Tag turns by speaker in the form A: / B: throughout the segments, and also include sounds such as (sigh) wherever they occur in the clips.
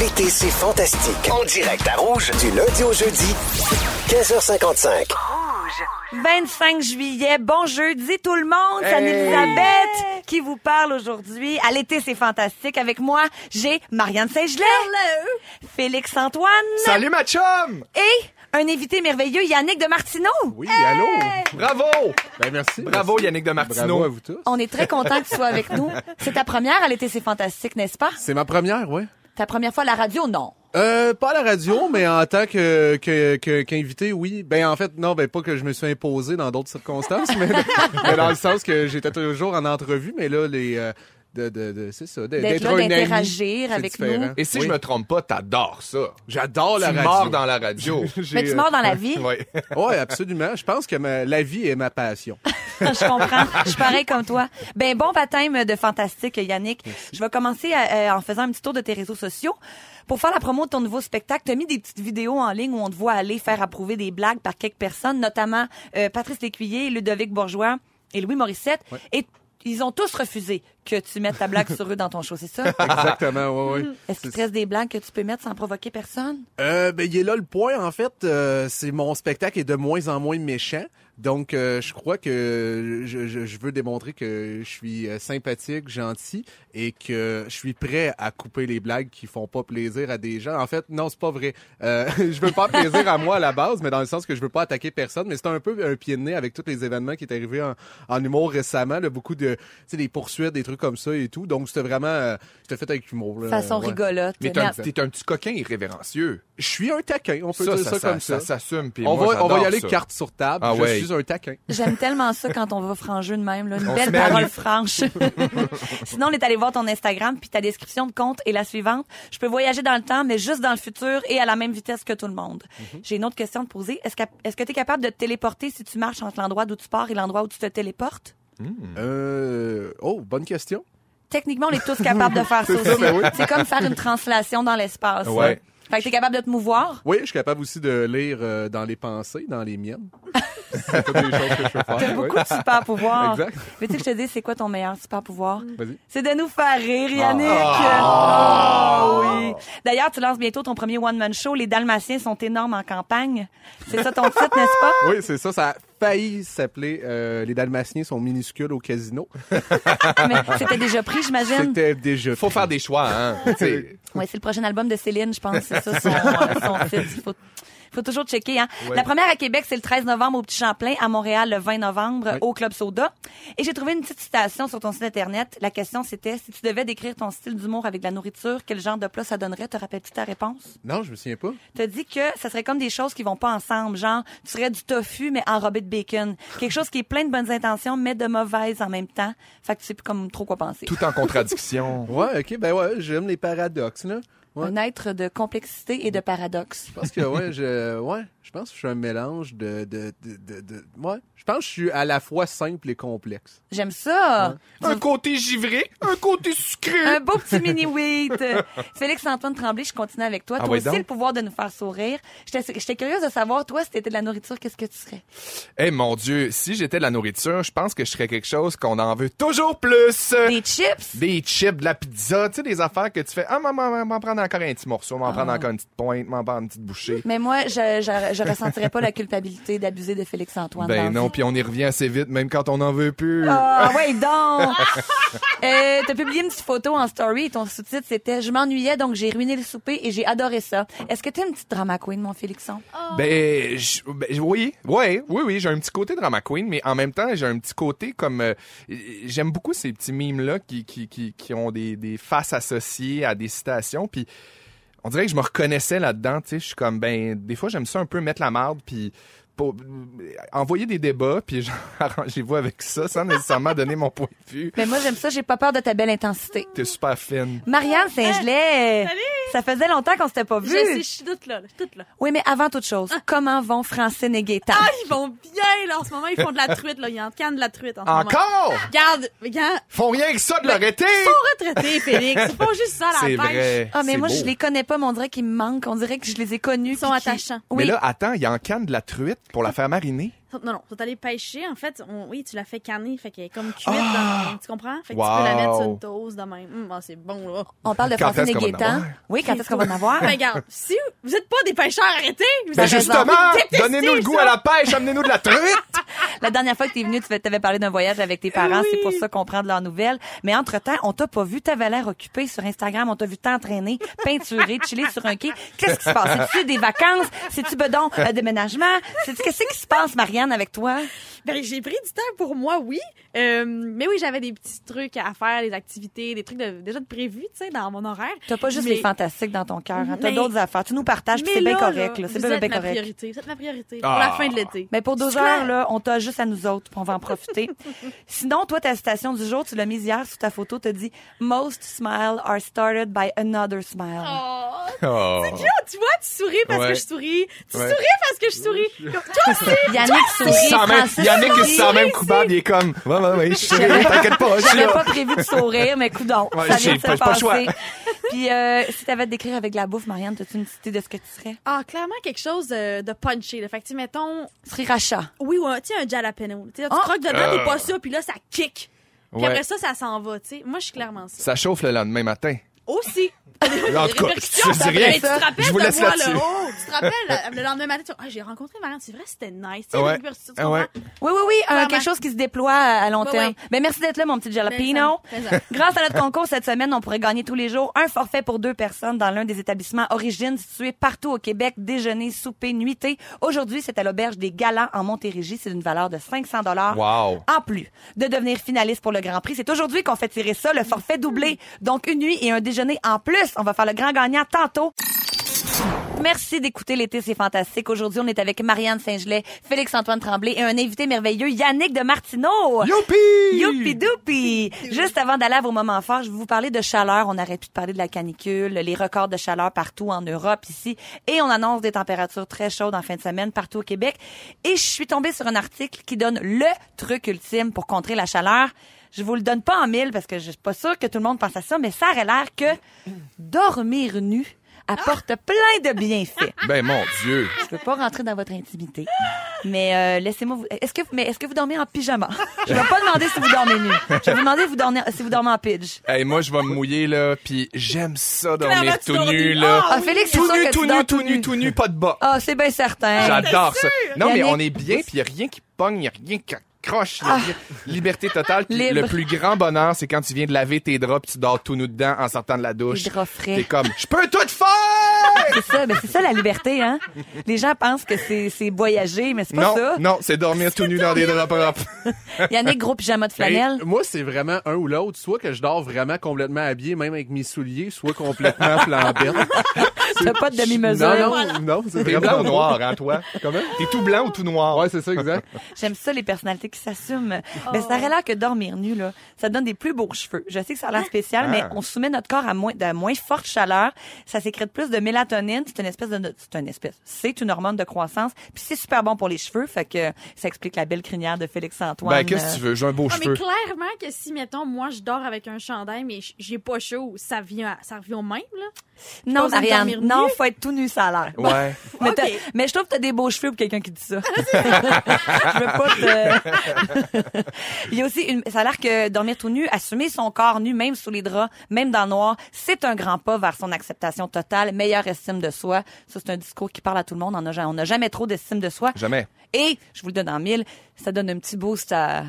A: L'été, c'est fantastique. En direct à Rouge, du lundi au jeudi, 15h55.
B: 25 juillet, bon jeudi tout le monde, c'est Anne-Elisabeth qui vous parle aujourd'hui. À l'été, c'est fantastique. Avec moi, j'ai Marianne Saint-Gelais, Félix Antoine
C: Salut ma chum!
B: et un invité merveilleux, Yannick de Martineau.
D: Oui, allô?
C: Bravo!
D: Ben, merci.
C: Bravo
D: merci.
C: Yannick de
D: Bravo à
C: Martineau.
D: vous tous.
B: On est très content que tu sois avec nous. C'est ta première à l'été, c'est fantastique, n'est-ce pas?
D: C'est ma première, ouais.
B: Ta première fois à la radio, non.
D: Euh, pas à la radio, mais en tant que, que, que- qu'invité, oui. Ben, en fait, non, ben, pas que je me suis imposé dans d'autres circonstances, mais, (laughs) mais dans le sens que j'étais toujours en entrevue, mais là, les, euh, de, de, de- c'est ça, de-
B: D'être
D: d'être
B: là,
D: un ami,
B: d'interagir
D: c'est
B: avec
D: différent.
B: nous.
C: Et si
D: Oui.
C: je me trompe pas, t'adores ça.
D: J'adore la
C: tu
D: radio.
C: mords dans la radio.
D: (laughs) J'ai,
B: Mais tu
D: euh,
B: mords dans la vie.
C: ouais.
D: (laughs) Ouais, absolument. Je pense que ma- la vie est ma
C: (laughs)
D: passion.
B: (laughs) je comprends. Je suis pareil comme toi. Ben bon baptême de fantastique, Yannick. Je vais commencer à, euh, en faisant un petit tour de tes réseaux sociaux. Pour faire la promo de ton nouveau spectacle, t'as mis des petites vidéos en ligne où on te voit aller faire approuver des blagues par quelques personnes, notamment euh, Patrice Lécuyer, Ludovic Bourgeois et Louis Morissette. Et ils ont tous refusé que tu mettes ta blague sur eux dans ton show, c'est
D: (laughs)
B: ça?
D: Exactement, ouais, ouais.
B: Est-ce qu'il te reste des blagues que tu peux mettre sans provoquer personne?
D: Euh, ben, il est là le point, en fait. Euh, c'est mon spectacle est de moins en moins méchant. Donc, euh, je crois que je, je- je veux démontrer que je suis euh, sympathique, gentil et que je suis prêt à couper les blagues qui font pas plaisir à des gens. En fait, non, c'est pas vrai. Euh, (laughs) je veux pas plaisir à moi à la base, mais dans le sens que je veux pas attaquer personne. Mais c'est un peu un pied de nez avec tous les événements qui est arrivé en, en humour récemment. Là, beaucoup de, tu sais, des poursuites, des trucs comme ça et tout. Donc, c'était vraiment, euh, c'était fait avec humour. Là,
B: Façon
D: Ouais.
B: rigolote.
C: Mais t'es un, t'es un petit coquin irrévérencieux.
D: Je suis un taquin, on peut
C: Ça,
D: dire ça,
C: ça,
D: comme ça.
C: s'assume. puis
D: on,
C: moi,
D: va, on va y
C: j'adore
D: aller
C: ça.
D: carte sur table.
C: Ah
D: je
C: ouais.
D: suis un taquin.
B: J'aime tellement ça quand on va franjeux de même, là. Une
C: On
B: belle
C: se met à
B: parole
C: nu. (laughs)
B: franche. Sinon, on est allé voir ton Instagram, puis ta description de compte est la suivante. Je peux voyager dans le temps, mais juste dans le futur et à la même vitesse que tout le monde.
C: Mhm.
B: J'ai une autre question à te poser. Est-ce que est-ce que tu es capable de te téléporter si tu marches entre l'endroit d'où tu pars et l'endroit où tu te téléportes?
C: Hmm.
D: Euh, oh, bonne question.
B: Techniquement, on est tous capables de
C: (laughs)
B: faire ça aussi. C'est comme faire une translation dans l'espace.
C: ben Ouais.
B: Fait que t'es capable de te mouvoir.
D: Oui, je suis capable aussi de lire euh, dans les pensées, dans
B: (laughs)
D: les miennes. C'est toutes les choses que je peux
B: T'as
D: (laughs) faire. oui.
B: beaucoup de super pouvoirs.
D: Exact.
B: Mais tu sais que je te dis, c'est quoi ton meilleur super pouvoir?
D: Vas-y. Ah.
B: C'est de nous faire rire, Yannick. Oh, oui. D'ailleurs, tu lances bientôt ton premier one-man show. Les Dalmatiens sont énormes en campagne. C'est ça ton titre, n'est-ce pas?
D: Oui, c'est ça. Ça a failli s'appeler euh, Les Dalmatiens sont minuscules au casino.
B: Mais c'était déjà pris, j'imagine.
D: C'était déjà.
C: Faut faire des choix, (laughs) hein. tu sais.
B: Ouais, c'est le prochain album de Céline, je pense. C'est ça son, euh, son titre. Il faut, faut toujours checker. Hein? La première à Québec, c'est le 13 novembre au Petit Champlain, à Montréal le 20 novembre euh, au Club Soda. Et j'ai trouvé une petite citation sur ton site Internet. La question, c'était si tu devais décrire ton style d'humour avec de la nourriture, quel genre de plat ça donnerait? Te rappelles-tu ta réponse?
D: Non, je me souviens pas.
B: T'as dit que ça serait comme des choses qui vont pas ensemble, genre tu serais du tofu mais enrobé de bacon, quelque chose qui est plein de bonnes intentions mais de mauvaises en même temps. Fait que tu sais plus comme trop quoi penser.
C: Tout en contradiction.
D: Ouais, ok, ben ouais, j'aime les paradoxes, là. Ouais.
B: Un être de complexité et de paradoxe.
D: Je pense que ouais, je ouais, je pense que je suis un mélange de de de, de, de- ouais, je pense que je suis à la fois simple et complexe.
B: J'aime ça.
C: un côté givré, un côté sucré.
B: Un beau petit mini wheat. (laughs) Félix Antoine Tremblay, je continue avec toi.
C: Ah
B: toi
C: ouais,
B: aussi
C: donc.
B: le pouvoir de nous faire sourire. J'étais j'étais curieuse de savoir toi si t'étais de la nourriture, qu'est-ce que tu serais
C: Eh mon Dieu, si j'étais de la nourriture, je pense que je serais quelque chose qu'on en veut toujours plus.
B: Des chips
C: des chips, de la pizza, tu sais, des affaires que tu fais, ah, m'en- m'en m'en prendre encore un petit morceau,
B: Ah.
C: m'en prendre encore une petite pointe, m'en prendre une petite bouchée.
B: mais moi, je, je, je ressentirais pas la culpabilité d'abuser de Félix Antoine. dans la
C: Ben non,
B: vie.
C: puis on y revient assez vite, même quand on en veut plus.
B: Ah, ouais, donc! (laughs) Euh, T'as publié une petite photo en story et ton sous-titre, c'était « Je m'ennuyais, donc j'ai ruiné le souper et j'ai adoré ça ». Est-ce que t'es une petite drama queen, mon Félixon?
C: Ben, je- ben, oui, ouais, oui, oui, j'ai un petit côté drama queen, mais en même temps, j'ai un petit côté comme euh, j'aime beaucoup ces petits mimes là qui qui, qui, qui ont des, des faces associées à des citations, puis on dirait que je me reconnaissais là-dedans, tu sais, je suis comme ben des fois j'aime ça un peu mettre la marde puis pour- envoyer des débats puis genre, (laughs) arrangez-vous avec ça sans nécessairement donner mon point de vue.
B: Mais moi, j'aime ça, j'ai pas peur de ta belle intensité.
C: T'es super fine.
B: Marianne Saint-Gelais,
E: salut!
B: ça faisait longtemps qu'on s'était pas vu.
E: Je sais, je suis toute là, là, je suis toute là.
B: Oui, mais avant toute chose, comment vont Francine et Gaétan?
E: Ah, ils vont bien, là, en ce moment, ils font de la truite, là, ils en cannent de la truite en ce moment.
C: Encore
E: Regarde, regarde,
C: Font rien que ça de leur été.
E: ils sont retraités, Félix, ils font juste ça à la
C: C'est
E: pêche.
C: vrai.
B: Ah, mais
C: c'est
B: moi,
C: beau.
B: je les connais pas, mais on dirait qu'ils me manquent. On dirait que je les ai connus.
E: Ils sont
B: puis qu'ils-
E: attachants.
B: Oui.
C: Mais là, attends, il y a en canne de la truite pour la faire mariner.
E: Sont- Non, non, sont allés pêcher. En fait, on- oui, tu l'as fait canner, fait qu'elle est comme cuite. dans- tu comprends? Fait que tu peux la mettre sur
C: Ah! Wow.
E: une toast de même. Hum, ah, c'est bon, là.
B: On parle de
C: Quand
B: Francine
C: est-ce
B: et
C: qu'on va en
B: Gaétan.
C: avoir?
B: Oui, quand est-ce qu'on va en avoir?
E: Ben,
C: (laughs)
E: regarde, si vous n'êtes pas des pêcheurs, arrêtez! Vous
C: Ben
E: avez raison.
C: justement,
E: Vous détestez
C: donnez-nous le goût
E: ça.
C: à la pêche, amenez-nous de la truite.
B: La dernière fois que t'es venu, tu t'avais parlé d'un voyage avec tes parents. C'est pour ça qu'on prend de leurs nouvelles. Mais entre-temps, on t'a pas vu. T'avais l'air occupé sur Instagram. On t'a vu
E: (laughs)
B: t'entraîner, peinturer, chiller sur un quai. Qu'est-ce qui se passe? C'est-tu des vacances? C'est-tu bedon, un déménagement? C'est-tu qu'est-ce qui se passe, Marianne, avec toi?
E: Ben, j'ai pris du temps pour moi, oui. Euh, mais oui, j'avais des petits trucs à faire, des activités, des trucs de- déjà de prévus, tu sais, dans mon horaire.
B: T'as pas juste
E: Mais-
B: les fantastiques dans ton cœur. hein. T'as
E: Mais-
B: d'autres affaires. Tu nous partages, puis c'est
E: Mais
B: bien
E: là,
B: correct.
E: là,
B: là. C'est
E: vous
B: bien,
E: êtes
B: bien
E: ma
B: correct.
E: priorité. C'est ma priorité.
C: Ah.
E: Pour la fin de l'été.
B: Mais pour deux
E: C'est clair.
B: heures, là, on t'a juste à nous autres, puis on va en
E: (laughs)
B: profiter. Sinon, toi, ta citation du jour, tu l'as mise hier sur ta photo, t'as dit « Most smiles are started by another smile
E: Oh,
C: (laughs) Oh.
E: Ah, tu vois, tu souris parce
C: Ouais.
E: que je souris. Tu
C: Ouais.
E: souris parce que je souris. Comme- Toi aussi!
B: (laughs) Yannick
C: Il
B: sourit,
C: se sent même,
B: Francis
C: Yannick, il se sent
B: sourit.
C: même coupable, il est comme, ouais, ouais, ouais, je suis là, t'inquiète pas, je suis
B: J'avais
C: là.
B: pas prévu de sourire, mais coudon,
C: Ouais,
B: ça
C: j'ai
B: vient de
C: pas-
B: se
C: j'ai pas le
B: passer.
C: choix.
B: Puis euh, si t'avais à te décrire avec la bouffe, Marianne, t'as-tu une petite idée de ce que tu serais?
E: Ah, clairement quelque chose euh, de punché. Là. Fait que, tu sais, mettons,
B: Sriracha.
E: oui, ou un, tu sais, un jalapeno. Tu sais, là, tu
B: Ah.
E: croques dedans,
C: Euh.
E: t'es pas sûr, puis là, ça kick. Puis
C: Ouais.
E: après ça, ça s'en va, tu sais. Moi, je suis clairement ça.
C: Ça chauffe le lendemain matin.
E: Aussi.
C: En tout cas, je
E: Répercussions,
C: dis
E: ça
C: rien.
E: fait- Tu te rappelles
C: Je vous
E: de
C: laisse
E: moi, là.
C: là-dessus.
E: Oh, tu te
C: (laughs)
E: rappelles, euh, le lendemain matin, tu- Ah, j'ai rencontré Marianne, c'est vrai, c'était nice. Tu sais,
C: Ouais.
E: les répercussions, tu
C: Ah ouais.
E: comprends?
B: Oui, oui, oui, euh,
E: Clairement.
B: quelque chose qui se déploie à à long
E: Ouais,
B: terme.
E: ouais.
B: Ben, merci d'être là, mon petit jalapeno.
E: Ben, ça- ben, ça.
B: Grâce à notre concours cette semaine, on pourrait gagner tous les jours un forfait pour deux personnes dans l'un des établissements Origine situés partout au Québec, déjeuner, souper, nuitée. Aujourd'hui, c'est à l'auberge des Galants en Montérégie. C'est d'une valeur de 500 dollars.
C: Wow.
B: En plus de devenir finaliste pour le Grand Prix, c'est aujourd'hui qu'on fait tirer ça, le forfait doublé. Donc une nuit et un déjeuner en plus. On va faire le grand gagnant tantôt. Merci d'écouter l'été, c'est fantastique. Aujourd'hui, on est avec Marianne Saint-Gelais, Félix-Antoine Tremblay et un invité merveilleux, Yannick de Martineau.
C: Youpi!
B: Youpi doupi! Juste avant d'aller à vos moments forts, je vais vous parler de chaleur. On aurait pu parler de la canicule, les records de chaleur partout en Europe ici. Et on annonce des températures très chaudes en fin de semaine partout au Québec. Et je suis tombée sur un article qui donne le truc ultime pour contrer la chaleur. Je vous le donne pas en mille parce que je suis pas sûre que tout le monde pense à ça, mais ça aurait l'air que dormir nu apporte plein de bienfaits.
C: Ben, mon Dieu.
B: Je peux pas rentrer dans votre intimité, mais euh, laissez-moi. Vous... Est-ce que vous- mais est-ce que vous dormez en pyjama Je vais pas demander si vous dormez nu. Je vais vous demander si vous dormez, si vous dormez en pidge.
C: Hey, moi, je vais me mouiller, là, pis j'aime ça dormir
E: Clairement, tu
C: tout
E: dors
C: nu,
E: nu.
C: là.
B: Ah, Félix, c'est
C: Tout
B: sûr
C: nu,
B: que
C: tout
B: tu
C: nu,
B: dors
C: tout nu, tout nu, pas de bas.
B: Ah, c'est bien certain.
C: J'adore ça. Non, mais
B: Yannick.
C: on est bien, puis il a rien qui pogne, il a rien qui accroche. y a rien- Liberté totale. Puis
B: Libre.
C: le plus grand bonheur, c'est quand tu viens de laver tes draps, puis tu dors tout nu dedans en sortant de la douche.
B: Les draps frais.
C: T'es comme, je peux tout faire!
B: C'est ça, mais c'est ça la liberté, hein. Les gens pensent que c'est c'est voyager, mais c'est pas
C: non,
B: ça.
C: non, c'est dormir tout nu dans des draps propres.
B: Yannick, gros pyjama de flanelle.
D: Ben, moi, c'est vraiment un ou l'autre. Soit que je dors vraiment complètement habillé, même avec mes souliers, soit complètement (laughs) flambette.
B: T'as pas de demi-mesure.
D: Non, non, non, c'est
C: T'es
D: vraiment
C: blanc ou noir, hein, toi? Comment? T'es tout blanc ou tout noir?
D: Ouais, c'est ça, exact.
B: J'aime ça, les personnalités qui s'assument. Mais
C: Oh.
B: ça aurait l'air que dormir nu, là, ça donne des plus beaux cheveux. Je sais que ça a
C: Hein?
B: l'air spécial,
C: Ah.
B: mais on soumet notre corps à moins, de moins forte chaleur. Ça sécrète plus de mélatonine. C'est une espèce de, c'est une espèce, c'est une hormone de croissance. Puis c'est super bon pour les cheveux. Fait que ça explique la belle crinière de Félix-Antoine.
C: ben, qu'est-ce que tu veux? J'ai un beau
E: Ah,
C: cheveu.
E: mais clairement que si, mettons, moi, je dors avec un chandail, mais j- j'ai pas chaud, ça, vient à- ça revient au même, là.
B: Non,
E: Pas besoin de
B: Marianne.
E: dormir nu.
B: Non, faut être tout nu, ça a l'air.
C: Ouais.
B: Mais, t'as-
E: Ok.
B: mais je trouve que t'as des beaux cheveux pour quelqu'un qui dit ça. (laughs) je veux pas te... Il y a aussi une... Ça a l'air que dormir tout nu, assumer son corps nu, même sous les draps, même dans le noir, c'est un grand pas vers son acceptation totale, meilleure estime de soi. Ça, c'est un discours qui parle à tout le monde. On n'a ja- on n'a jamais trop d'estime de soi.
C: Jamais.
B: Et, je vous le donne en mille, ça donne un petit boost à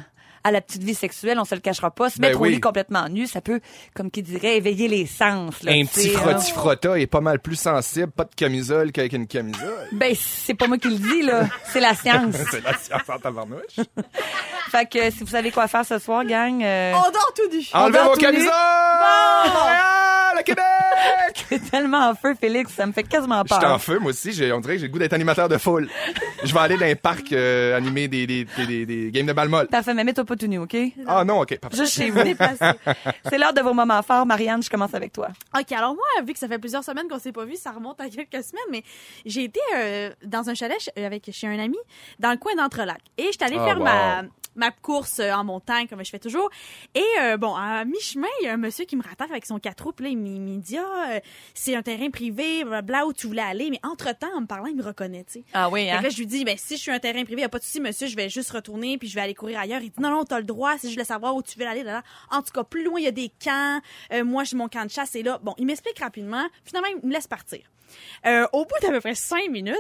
B: à la petite vie sexuelle, on se le cachera pas. Se
C: Ben
B: mettre au
C: oui.
B: lit complètement nu, ça peut, comme qui dirait, éveiller les sens. Là,
C: Un
B: tu
C: petit
B: sais, hein.
C: frotti-frotta est pas mal plus sensible, pas de camisole qu'avec une camisole. (laughs)
B: Ben, c'est pas moi qui le dis, là. C'est la science.
C: C'est la science en tabarnouche.
B: Fait que euh, si vous savez quoi faire ce soir, gang, euh,
E: On dort (laughs) tout nu.
C: Enlevez
B: dort
C: vos
B: tout nu.
C: camisoles! Montréal, le Québec!
B: (laughs) t'es tellement en feu, Félix, ça me fait quasiment
C: Je suis en
B: peur.
C: feu, moi aussi. J'ai, on dirait que j'ai le goût d'être animateur de foule. Je vais aller dans un parc euh, animer des, des, des, des- des games de balle molle.
B: Parfait, mais mets-toi pas tout nu, OK?
C: Ah non, OK,
B: (laughs)
C: parfait.
B: Juste chez vous. C'est l'heure de vos moments forts. Marianne, je commence avec toi.
E: OK, alors moi, vu que ça fait plusieurs semaines qu'on s'est pas vu, ça remonte à quelques semaines, mais j'ai été euh, dans un chalet ch- euh, avec chez un ami dans le coin d'Entrelac. Et j'étais allée
C: Ah,
E: faire ma, ma course euh, en montagne, comme je fais toujours. Et euh, bon, à mi-chemin, il y a un monsieur qui me rattrape avec son quatre roues, puis là, il me il me dit, ah, euh, c'est un terrain privé, bla où tu voulais aller. Mais entre-temps, en me parlant, il me reconnaît, tu sais.
B: Ah oui,
E: Fait
B: hein?
E: que là, je lui dis, ben, si je suis un terrain privé, y a pas de souci, monsieur, je vais juste retourner puis je vais aller courir ailleurs. Il dit, non, non, t'as le droit, si je voulais savoir où tu veux aller, là, là. En tout cas, plus loin, il y a des camps. Euh, moi, j'ai mon camp de chasse, et là. Bon, il m'explique rapidement. Finalement, il me laisse partir. Euh, au bout d'à peu près cinq minutes,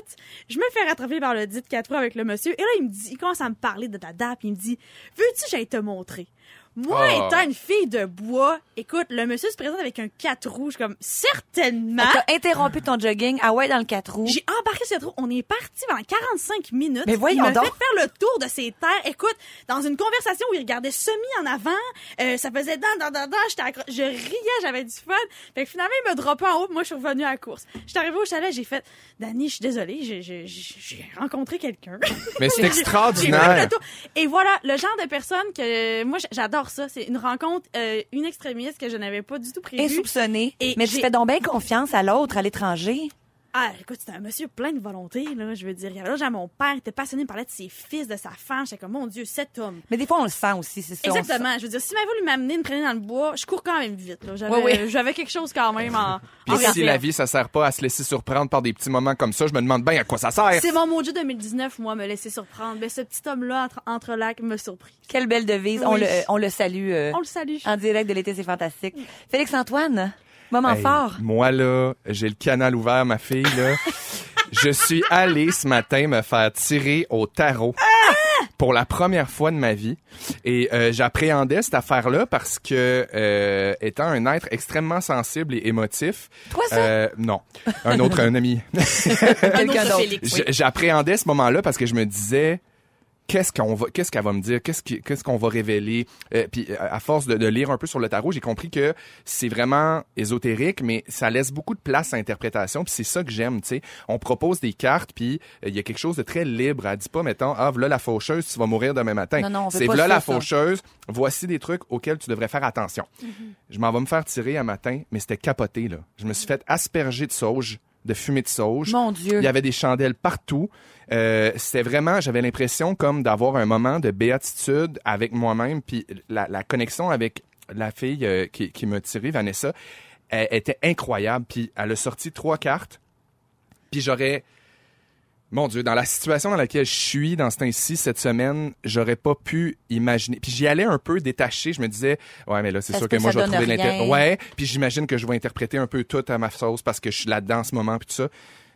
E: je me fais rattraper par le dit de quatre roues avec le monsieur. Et là, il me dit, il commence à me parler de ta date, puis il me dit, veux-tu que j'aille te montrer? Moi,
B: Ah.
C: Oh.
E: étant une fille de bois, écoute, le monsieur se présente avec un quatre roues. Je suis comme, certainement.
B: T'as interrompu ton jogging, ah ouais, dans le 4 roues.
E: J'ai embarqué sur le trou. On est parti pendant 45 minutes.
B: Mais voyons
E: il m'a
B: donc.
E: fait faire le tour de ses terres. Écoute, dans une conversation où il regardait semi en avant, euh, ça faisait dan, dan, dan, dan. J'étais accro- Je riais, j'avais du fun. Fait que finalement, il me droppait en haut. puis Moi, je suis revenue à la course. J'étais arrivée au chalet, j'ai fait, Dani, je suis désolée, j'ai- j'ai- j'ai j'ai rencontré quelqu'un.
C: (laughs) Mais c'est
E: J'ai- j'ai fait
C: extraordinaire.
E: le tour. Et voilà, le genre de personne que moi, j'adore ça. C'est une rencontre, euh, une extrémiste que je n'avais pas du tout prévue.
B: Insoupçonné.
E: Et
B: Mais tu
E: j'ai-
B: fais donc bien confiance à l'autre, à l'étranger.
E: Ah, écoute, c'était un monsieur plein de volonté, là. Je veux dire, il y avait l'âge à mon père, il était passionné, il parlait de ses fils, de sa femme. J'étais comme, mon Dieu, cet homme.
B: Mais des fois, on le sent aussi, c'est ça. on le sent.
E: Exactement. Je veux dire, s'il m'avait voulu m'amener, me traîner dans le bois, je cours quand même vite, là. J'avais,
B: Ouais, ouais.
E: j'avais quelque chose quand même en, en
C: (laughs) Puis si
E: réserve.
C: la vie, ça sert pas à se laisser surprendre par des petits moments comme ça, je me demande bien à quoi ça sert.
E: C'est mon maudit 2019, moi, me laisser surprendre. Mais ce petit homme-là, entre, entre lacs, me surprit.
B: Quelle belle devise. On,
E: Oui.
B: le, on le salue euh,
E: On le salue.
B: en direct de l'été, c'est fantastique. Félix-Antoine, moment
C: Hey,
B: fort.
C: Moi, là, j'ai le canal ouvert, ma fille,
B: (laughs)
C: là. je suis allé ce matin me faire tirer au tarot. Pour la première fois de ma vie. Et euh, j'appréhendais cette affaire-là parce que, euh, étant un être extrêmement sensible et émotif...
B: Toi, ça?
C: euh, non. Un autre, un ami.
B: Quelqu'un
E: autre
B: d'autre.
E: Félix.
C: J- J'appréhendais ce moment-là parce que je me disais qu'est-ce qu'on va qu'est-ce qu'elle va me dire qu'est-ce qui- qu'est-ce qu'on va révéler Euh, puis euh, à force de, de lire un peu sur le tarot j'ai compris que c'est vraiment ésotérique mais ça laisse beaucoup de place à interprétation puis c'est ça que j'aime tu sais on propose des cartes puis euh, il y a quelque chose de très libre elle dit pas mettons ah voilà la faucheuse tu vas mourir demain matin
B: Non, non, on veut
C: c'est
B: pas
C: voilà
B: ça,
C: la
B: ça.
C: faucheuse voici des trucs auxquels tu devrais faire attention
B: Mhm.
C: je m'en vais me faire tirer un matin mais c'était capoté là je me suis fait asperger de sauge de fumée de sauge
B: Mon Dieu.
C: il y avait des chandelles partout. Euh, c'était vraiment, j'avais l'impression comme d'avoir un moment de béatitude avec moi-même, puis la, la connexion avec la fille euh, qui, qui me tirait, Vanessa, elle était incroyable. Puis elle a sorti trois cartes, puis j'aurais... Mon Dieu, dans la situation dans laquelle je suis dans ce temps-ci cette semaine, j'aurais pas pu imaginer. Puis j'y allais un peu détaché. Je me disais, ouais, mais là, c'est
B: Ça
C: sûr
B: se peut
C: que moi,
B: que
C: je
B: ça
C: vais trouver
B: donne
C: l'intérêt.
B: rien.
C: Ouais. Puis j'imagine que je vais interpréter un peu tout à ma sauce parce que je suis là-dedans en ce moment, puis tout ça.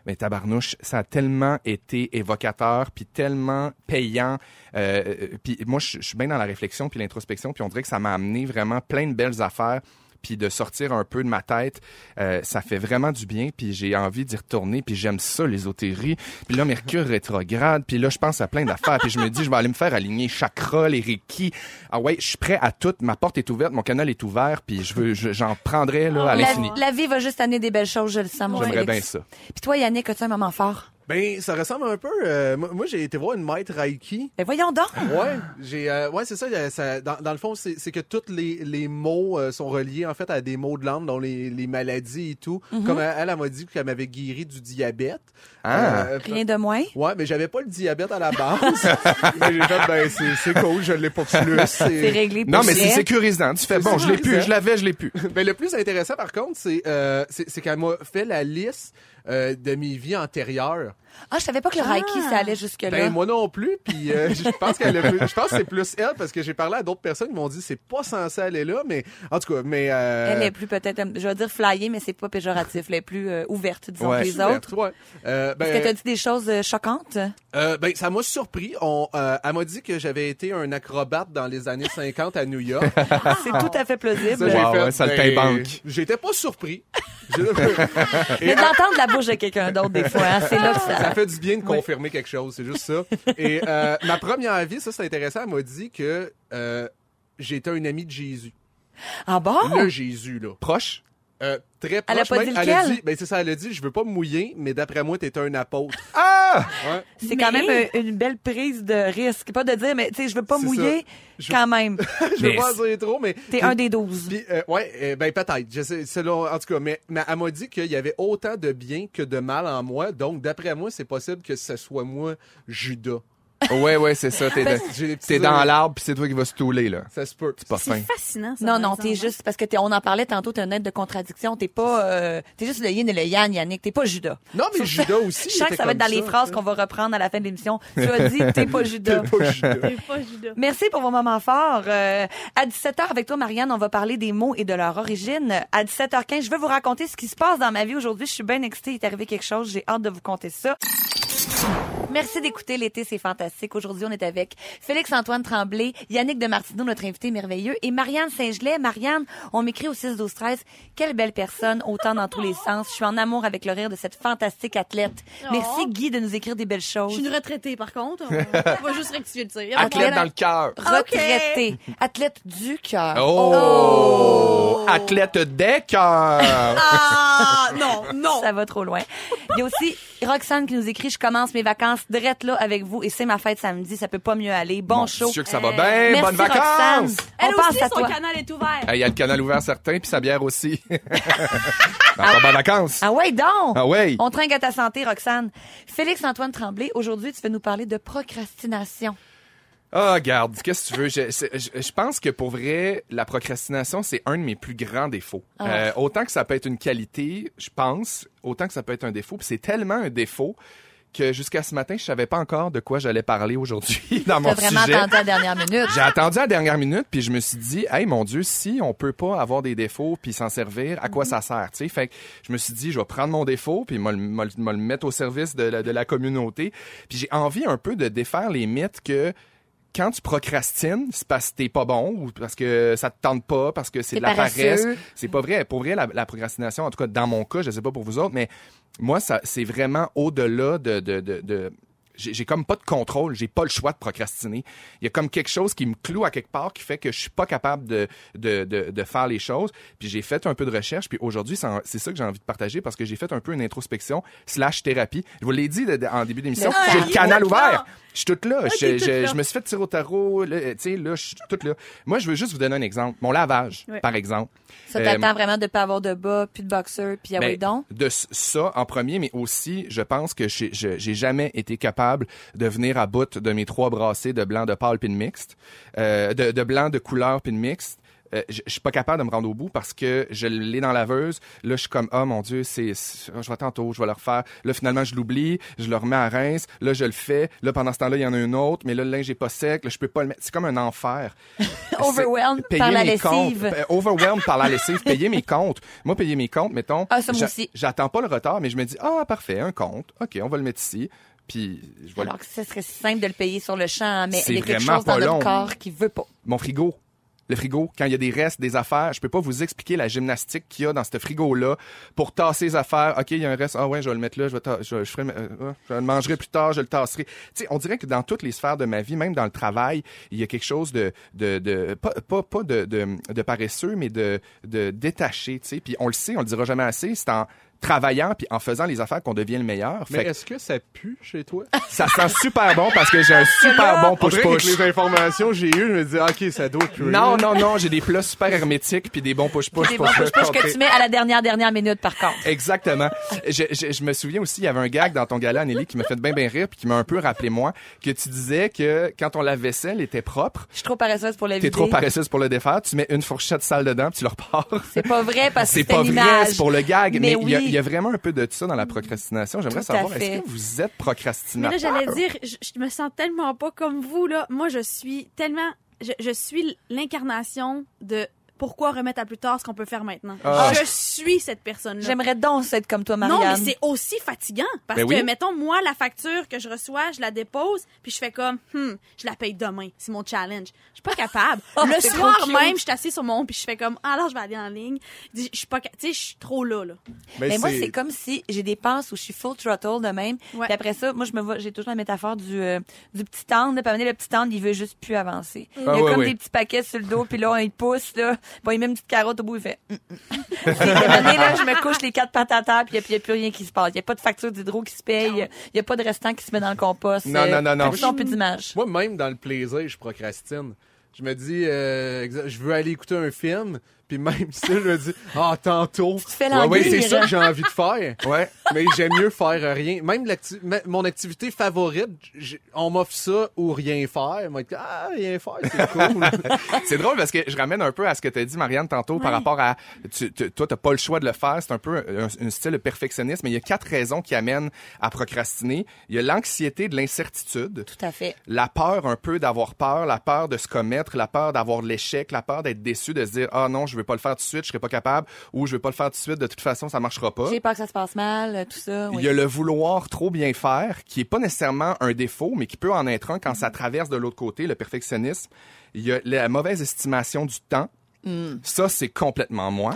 C: Mais tabarnouche, ça a tellement été évocateur, puis tellement payant. Euh, euh, puis moi, je je suis bien dans la réflexion, puis l'introspection, puis on dirait que ça m'a amené vraiment plein de belles affaires, puis de sortir un peu de ma tête. Euh, ça fait vraiment du bien, puis j'ai envie d'y retourner, puis j'aime ça, l'ésotérie. Puis là, Mercure (laughs) rétrograde, puis là, je pense à plein d'affaires, puis je me dis, je vais aller me faire aligner chakra, les reiki. Ah ouais, je suis prêt à tout. Ma porte est ouverte, mon canal est ouvert, puis je veux, je- j'en prendrai là, à
E: Oh, la-
C: l'infini.
B: La vie va juste amener des belles choses, je le sens, mon
C: J'aimerais
B: Félix.
C: bien ça.
B: Puis toi, Yannick, as-tu un moment fort?
D: (laughs) Ben, ça ressemble un peu. euh, moi, moi, j'ai été voir une maître Reiki.
B: Ben voyons donc!
D: Ouais, j'ai, euh, ouais, c'est ça. euh, ça- dans, dans le fond, c'est c'est que tous les, les mots euh, sont reliés en fait à des mots de l'âme, dont les, les maladies et tout. Comme euh, elle, elle, elle m'a dit qu'elle m'avait guéri du diabète.
C: Ah.
D: Euh,
B: Rien de moins.
D: Ouais, mais j'avais pas le diabète à la base. (laughs) mais j'ai fait, ben, c'est c'est cool, je l'ai pas plus. (laughs)
B: C'est réglé pour
C: Non, mais c'est
B: vrai.
C: sécurisant. Tu fais, bon, je l'ai plus,
D: sécurisant.
C: je l'avais, je l'ai plus.
D: Ben, le plus intéressant, par contre, c'est euh, c'est- c'est qu'elle m'a fait la liste euh, de mes vies antérieures.
B: Ah, je savais pas que le Reiki, ça allait jusque-là.
D: Ben, moi non plus, puis euh, (laughs) je pense qu'elle a plus- je pense que c'est plus elle, parce que j'ai parlé à d'autres personnes qui m'ont dit c'est pas censé aller là, mais en tout cas, mais... euh,
B: Elle est plus peut-être, euh, je vais dire flyée, mais c'est pas péjoratif. Elle est plus euh, ouverte, disons,
C: Ouais.
B: que les
D: ouverte,
B: autres.
D: ouais. Euh, ben,
B: Est-ce que t'as dit des choses euh, choquantes?
D: euh, ben, ça m'a surpris. On, euh, elle m'a dit que j'avais été un acrobate dans les années 50 à
B: (laughs)
D: New York.
B: Ah, C'est tout à fait plausible.
D: Ça, j'ai
C: Wow,
D: fait, ben,
C: ouais, saltimbanque.
D: J'étais pas surpris. Je-
B: (laughs) Mais d'entendre la bouche de quelqu'un d'autre, des fois, hein, c'est là que ça...
D: Ça fait du
B: (laughs)
D: bien de confirmer quelque chose, c'est juste ça. Et euh, ma première avis, ça c'est intéressant, elle m'a dit que euh, j'étais un ami de Jésus.
B: Ah bon?
D: Le Jésus, là.
C: Proche?
D: Euh, très proche
B: Elle a pas
D: même.
B: dit
D: elle a
B: lequel?
D: dit, ben c'est ça, elle a dit, je veux pas me mouiller, mais d'après moi, t'es un apôtre.
C: Ah!
B: (laughs)
D: Ouais.
B: C'est quand
E: Mais-
B: même euh, une belle prise de risque. Pas de dire, mais tu sais, je veux pas
D: C'est
B: mouiller,
D: ça. Je-
B: quand
D: (laughs)
B: même.
D: je veux
C: Mais
D: pas en dire trop, mais.
B: T'es un des douze.
D: Puis, euh, ouais, euh, ben peut-être. Je sais, selon, en tout cas, mais, mais elle m'a dit qu'il y avait autant de bien que de mal en moi, donc d'après moi, c'est possible que ce soit moi, Judas.
C: Ouais, ouais, c'est ça. T'es, dans-
D: j'ai des petits
C: t'es dans
D: yeux.
C: l'arbre, puis c'est toi qui vas se touler, là.
D: Ça se peut.
C: C'est pas fin.
E: C'est fascinant, ça.
B: Non,
E: par
B: non,
E: exemple. hein?
B: t'es juste parce que t'es, on en parlait tantôt, t'es un être de contradiction. T'es pas, euh, t'es juste le yin et le yang, Yannick. T'es pas Judas.
D: Non,
B: Sauf-
D: mais Judas aussi, il
B: Chaque,
D: était
B: ça va être dans
D: comme
B: les
D: ça,
B: phrases
D: tu sais.
B: qu'on va reprendre à la fin de
D: (laughs)
B: l'émission. Tu as dit, t'es pas Judas.
E: T'es pas Judas.
B: Merci pour vos moments forts. Euh, à 17h avec toi, Marianne, on va parler des mots et de leur origine. À 17h15, je veux vous raconter ce qui se passe dans ma vie aujourd'hui. Je suis bien excitée. Il est arrivé quelque chose. J'ai hâte de vous conter ça. Merci d'écouter l'été, c'est fantastique. Aujourd'hui, on est avec Félix-Antoine Tremblay, Yannick de Martineau, notre invité merveilleux, et Marianne Saint-Gelais. Marianne, on m'écrit au 6-12-13. Quelle belle personne, autant dans tous les sens. Je suis en amour avec le rire de cette fantastique athlète. Merci, Guy, de nous écrire des belles
E: Je
B: choses.
E: suis une retraitée, par contre. On va juste rectifier le tir. Il y a pas de
C: Athlète
E: problème.
C: dans le cœur.
B: Retraitée. Athlète du cœur.
C: Oh! Athlète des cœurs.
E: Ah, non, non.
B: Ça va trop loin. Il y a aussi Roxane qui nous écrit Je commence mes vacances direct là avec vous et c'est ma fête samedi, ça peut pas mieux aller. Bon
C: Mon
B: show.
C: Dieu que ça va
E: Euh,
C: bien.
B: Merci,
C: Bonnes
B: Roxane.
C: vacances.
E: Elle
B: On pense
E: aussi,
B: à
E: son
B: toi.
E: canal est ouvert.
C: Ah, Il y a le canal ouvert certain, puis sa bière aussi. (laughs) Ben, pas Bonnes vacances.
B: Ah ouais donc.
C: Ah ouais.
B: On trinque à ta santé Roxane. Félix Antoine Tremblay, aujourd'hui tu vas nous parler de procrastination.
C: Ah, garde, qu'est-ce que tu veux? Je, c'est- je- je pense que pour vrai, la procrastination, c'est un de mes plus grands défauts.
B: Ah.
C: Euh, autant que ça peut être une qualité, je pense, autant que ça peut être un défaut. Puis c'est tellement un défaut que jusqu'à ce matin, je savais pas encore de quoi j'allais parler aujourd'hui (laughs) dans
B: T'as
C: mon
B: vraiment
C: sujet.
B: attendu la dernière minute.
C: J'ai attendu à la dernière minute, puis je me suis dit, hey mon Dieu, si on peut pas avoir des défauts puis s'en servir, à quoi
B: Mhm.
C: ça sert Tu sais, fait que je me suis dit, je vais prendre mon défaut puis me le- me le me le mettre au service de la, de la communauté. Puis j'ai envie un peu de défaire les mythes que quand tu procrastines, c'est parce que t'es pas bon ou parce que ça te tente pas, parce que c'est
B: T'es
C: de la paresse.
B: paresseux.
C: C'est pas vrai. Pour vrai, la, la procrastination, en tout cas dans mon cas, je sais pas pour vous autres, mais moi, ça, c'est vraiment au-delà de, de, de, de- j'ai j'ai comme pas de contrôle, j'ai pas le choix de procrastiner. Il y a comme quelque chose qui me cloue à quelque part qui fait que je suis pas capable de de, de, de faire les choses. Puis j'ai fait un peu de recherche, puis aujourd'hui c'est en- c'est ça que j'ai envie de partager parce que j'ai fait un peu une introspection slash thérapie. Je vous l'ai dit de- de- en début d'émission,
B: Le
C: j'ai
B: tarot.
C: le canal ouvert. Je suis toute là.
E: t'es
C: je,
E: toute
C: je-
E: là.
C: je me suis fait tirer au tarot. là, euh, Tu sais, là, je suis toute là. Moi, je veux juste vous donner un exemple. Mon lavage,
E: Ouais.
C: par exemple.
B: Ça
C: Euh,
B: t'attend vraiment de pas avoir de bas, puis de boxeur, puis ah
C: ben,
B: oui donc.
C: de s- ça en premier, mais aussi, je pense que j'ai- je- j'ai jamais été capable de venir à bout de mes trois brassées de blanc de pâle puis de mixte, euh, de, de blanc de couleur puis de mixte. Euh, je je suis pas capable de me rendre au bout parce que je l'ai dans la laveuse. Là, je suis comme, oh mon Dieu, c'est, c'est- oh, je vais tantôt, je vais le refaire. Là, finalement, je l'oublie, je le remets à Reims. Là, je le fais. Là, pendant ce temps-là, il y en a un autre, mais là, le linge est pas sec. Là, je peux pas le mettre. C'est comme un enfer.
B: (laughs) Overwhelmed
C: C'est-
B: par la
C: payer mes
B: lessive.
C: comptes, euh, overwhelmed par la lessive, payer mes comptes. Moi, payer mes comptes, mettons.
B: Ah, ça, moi
C: j'a-
B: aussi.
C: J'attends pas le retard, mais je me dis, ah, parfait, un compte. OK, on va le mettre ici. Puis, je vois le-
B: Alors que ce serait simple de le payer sur le champ, hein, mais
C: C'est
B: il y a quelque
C: vraiment
B: chose dans
C: pas
B: notre
C: long.
B: corps qui veut pas.
C: mon frigo. Le frigo, quand il y a des restes, des affaires, je peux pas vous expliquer la gymnastique qu'il y a dans ce frigo-là pour tasser les affaires. OK, il y a un reste. Ah ouais, je vais le mettre là. Je vais, ta- je, je ferai, euh, euh, je le mangerai plus tard. Je le tasserai. Tu sais, on dirait que dans toutes les sphères de ma vie, même dans le travail, il y a quelque chose de, de, de pas, pas, pas de, de, de paresseux, mais de, de détaché. Tu sais, puis on le sait, on le dira jamais assez. C'est en travaillant puis en faisant les affaires qu'on devient le meilleur.
D: Mais
C: Fait que
D: est-ce que ça pue
B: (laughs)
D: chez toi?
C: ça sent super bon parce que j'ai
D: (laughs)
C: un super bon
D: Pour
C: push-push.
D: les informations que j'ai eues, je me dis, OK, ça doit puer.
C: Non, non,
B: (laughs)
C: non, j'ai des plats super hermétiques puis des bons push-push
B: C'est
C: pour
B: bon
C: se
B: push push que
C: contrer.
B: tu mets à la dernière dernière minute par contre.
C: Exactement. Je, je, je me souviens aussi, il y avait un gag dans ton gala, Nelly, qui m'a fait bien, bien rire puis qui m'a un peu rappelé moi, que tu disais que quand ton lave-vaisselle était propre,
B: Je suis trop paresseuse pour la
C: t'es
B: vider.
C: trop paresseuse pour le défaire, tu mets une fourchette sale dedans puis tu le repars. (laughs)
B: C'est pas vrai parce que
C: C'est
B: c'est une
C: pas
B: image.
C: vrai, c'est pour le gag, mais, il, y a,
B: oui.
C: il y a vraiment un peu de ça dans la procrastination. J'aimerais
B: Tout à
C: savoir,
B: fait.
C: est-ce que vous êtes
E: Mais là,
C: procrastinateur?
E: j'allais dire, je, je me sens tellement pas comme vous, là. Moi, je suis tellement. Je, je suis l'incarnation de pourquoi remettre à plus tard ce qu'on peut faire maintenant.
C: Ah.
E: Je suis cette personne-là.
B: J'aimerais donc être comme toi, Marianne.
E: Non, mais c'est aussi fatigant. Parce
C: Ben
E: que,
C: oui.
E: mettons, moi, la facture que je reçois, je la dépose, puis je fais comme, hmm, je la paye demain. C'est mon challenge. Je suis pas capable.
B: (laughs) Oh,
E: le
B: c'est trop
E: soir
B: cute.
E: même, je suis assise sur mon, puis je fais comme, ah, alors je vais aller en ligne. Je suis pas, ca- tu sais, je suis trop là, là.
D: Mais
B: Mais moi,
D: c'est-
B: c'est comme si j'ai des passes où je suis full throttle de même.
E: Ouais.
B: Puis après ça, moi, je me vois, j'ai toujours la métaphore du, euh, du petit tendre. De promener le petit tendre, il veut juste plus avancer. Il y a
C: Mm. Ah ouais,
B: comme
C: ouais.
B: des petits paquets sur le dos, puis là, il pousse, là. Puis il met une petite carotte au bout, il fait. Hum, hum. Puis à un moment donné, là, je me couche les quatre pattes à terre, puis il n'y a, puis il y a plus rien qui se passe. Il n'y a pas de facture d'hydro qui se paye. Il n'y a pas de restant qui se met dans le compost.
C: Non, non, non, non.
B: Plus on, plus d'image.
D: Moi, même dans le plaisir, je procrastine. Je me dis, euh, exa- je veux aller écouter un film, Puis même (laughs) ça, je me dis, ah, tantôt. Tu
B: fais
D: ouais, ouais,
B: languir.
D: c'est ça que j'ai envie de faire. (laughs)
C: Ouais.
D: Mais j'aime mieux faire rien. Même l'acti- ma- mon activité favorite, j'ai- on m'offre ça ou rien faire. Moi, je dis, ah, rien faire, c'est (laughs) cool.
C: C'est drôle parce que je ramène un peu à ce que t'as dit, Marianne, tantôt, par rapport à. Tu, tu, toi, t'as pas le choix de le faire. C'est un peu un, un style de perfectionnisme. Mais il y a quatre raisons qui amènent à procrastiner. Il y a l'anxiété de l'incertitude.
B: Tout à fait.
C: La peur un peu d'avoir peur, la peur de se commettre, la peur d'avoir l'échec, la peur d'être déçu, de se dire ah non je vais pas le faire tout de suite, je serai pas capable, ou je vais pas le faire tout de suite, de toute façon ça marchera pas.
B: J'ai peur que ça se passe mal, euh, tout ça.
C: Il
B: oui.
C: y a le vouloir trop bien faire, qui est pas nécessairement un défaut, mais qui peut en être un quand
B: Mm.
C: ça traverse de l'autre côté, le perfectionnisme. Il y a la mauvaise estimation du temps. Ça, c'est
B: (laughs)
C: complètement moi.
B: Mm.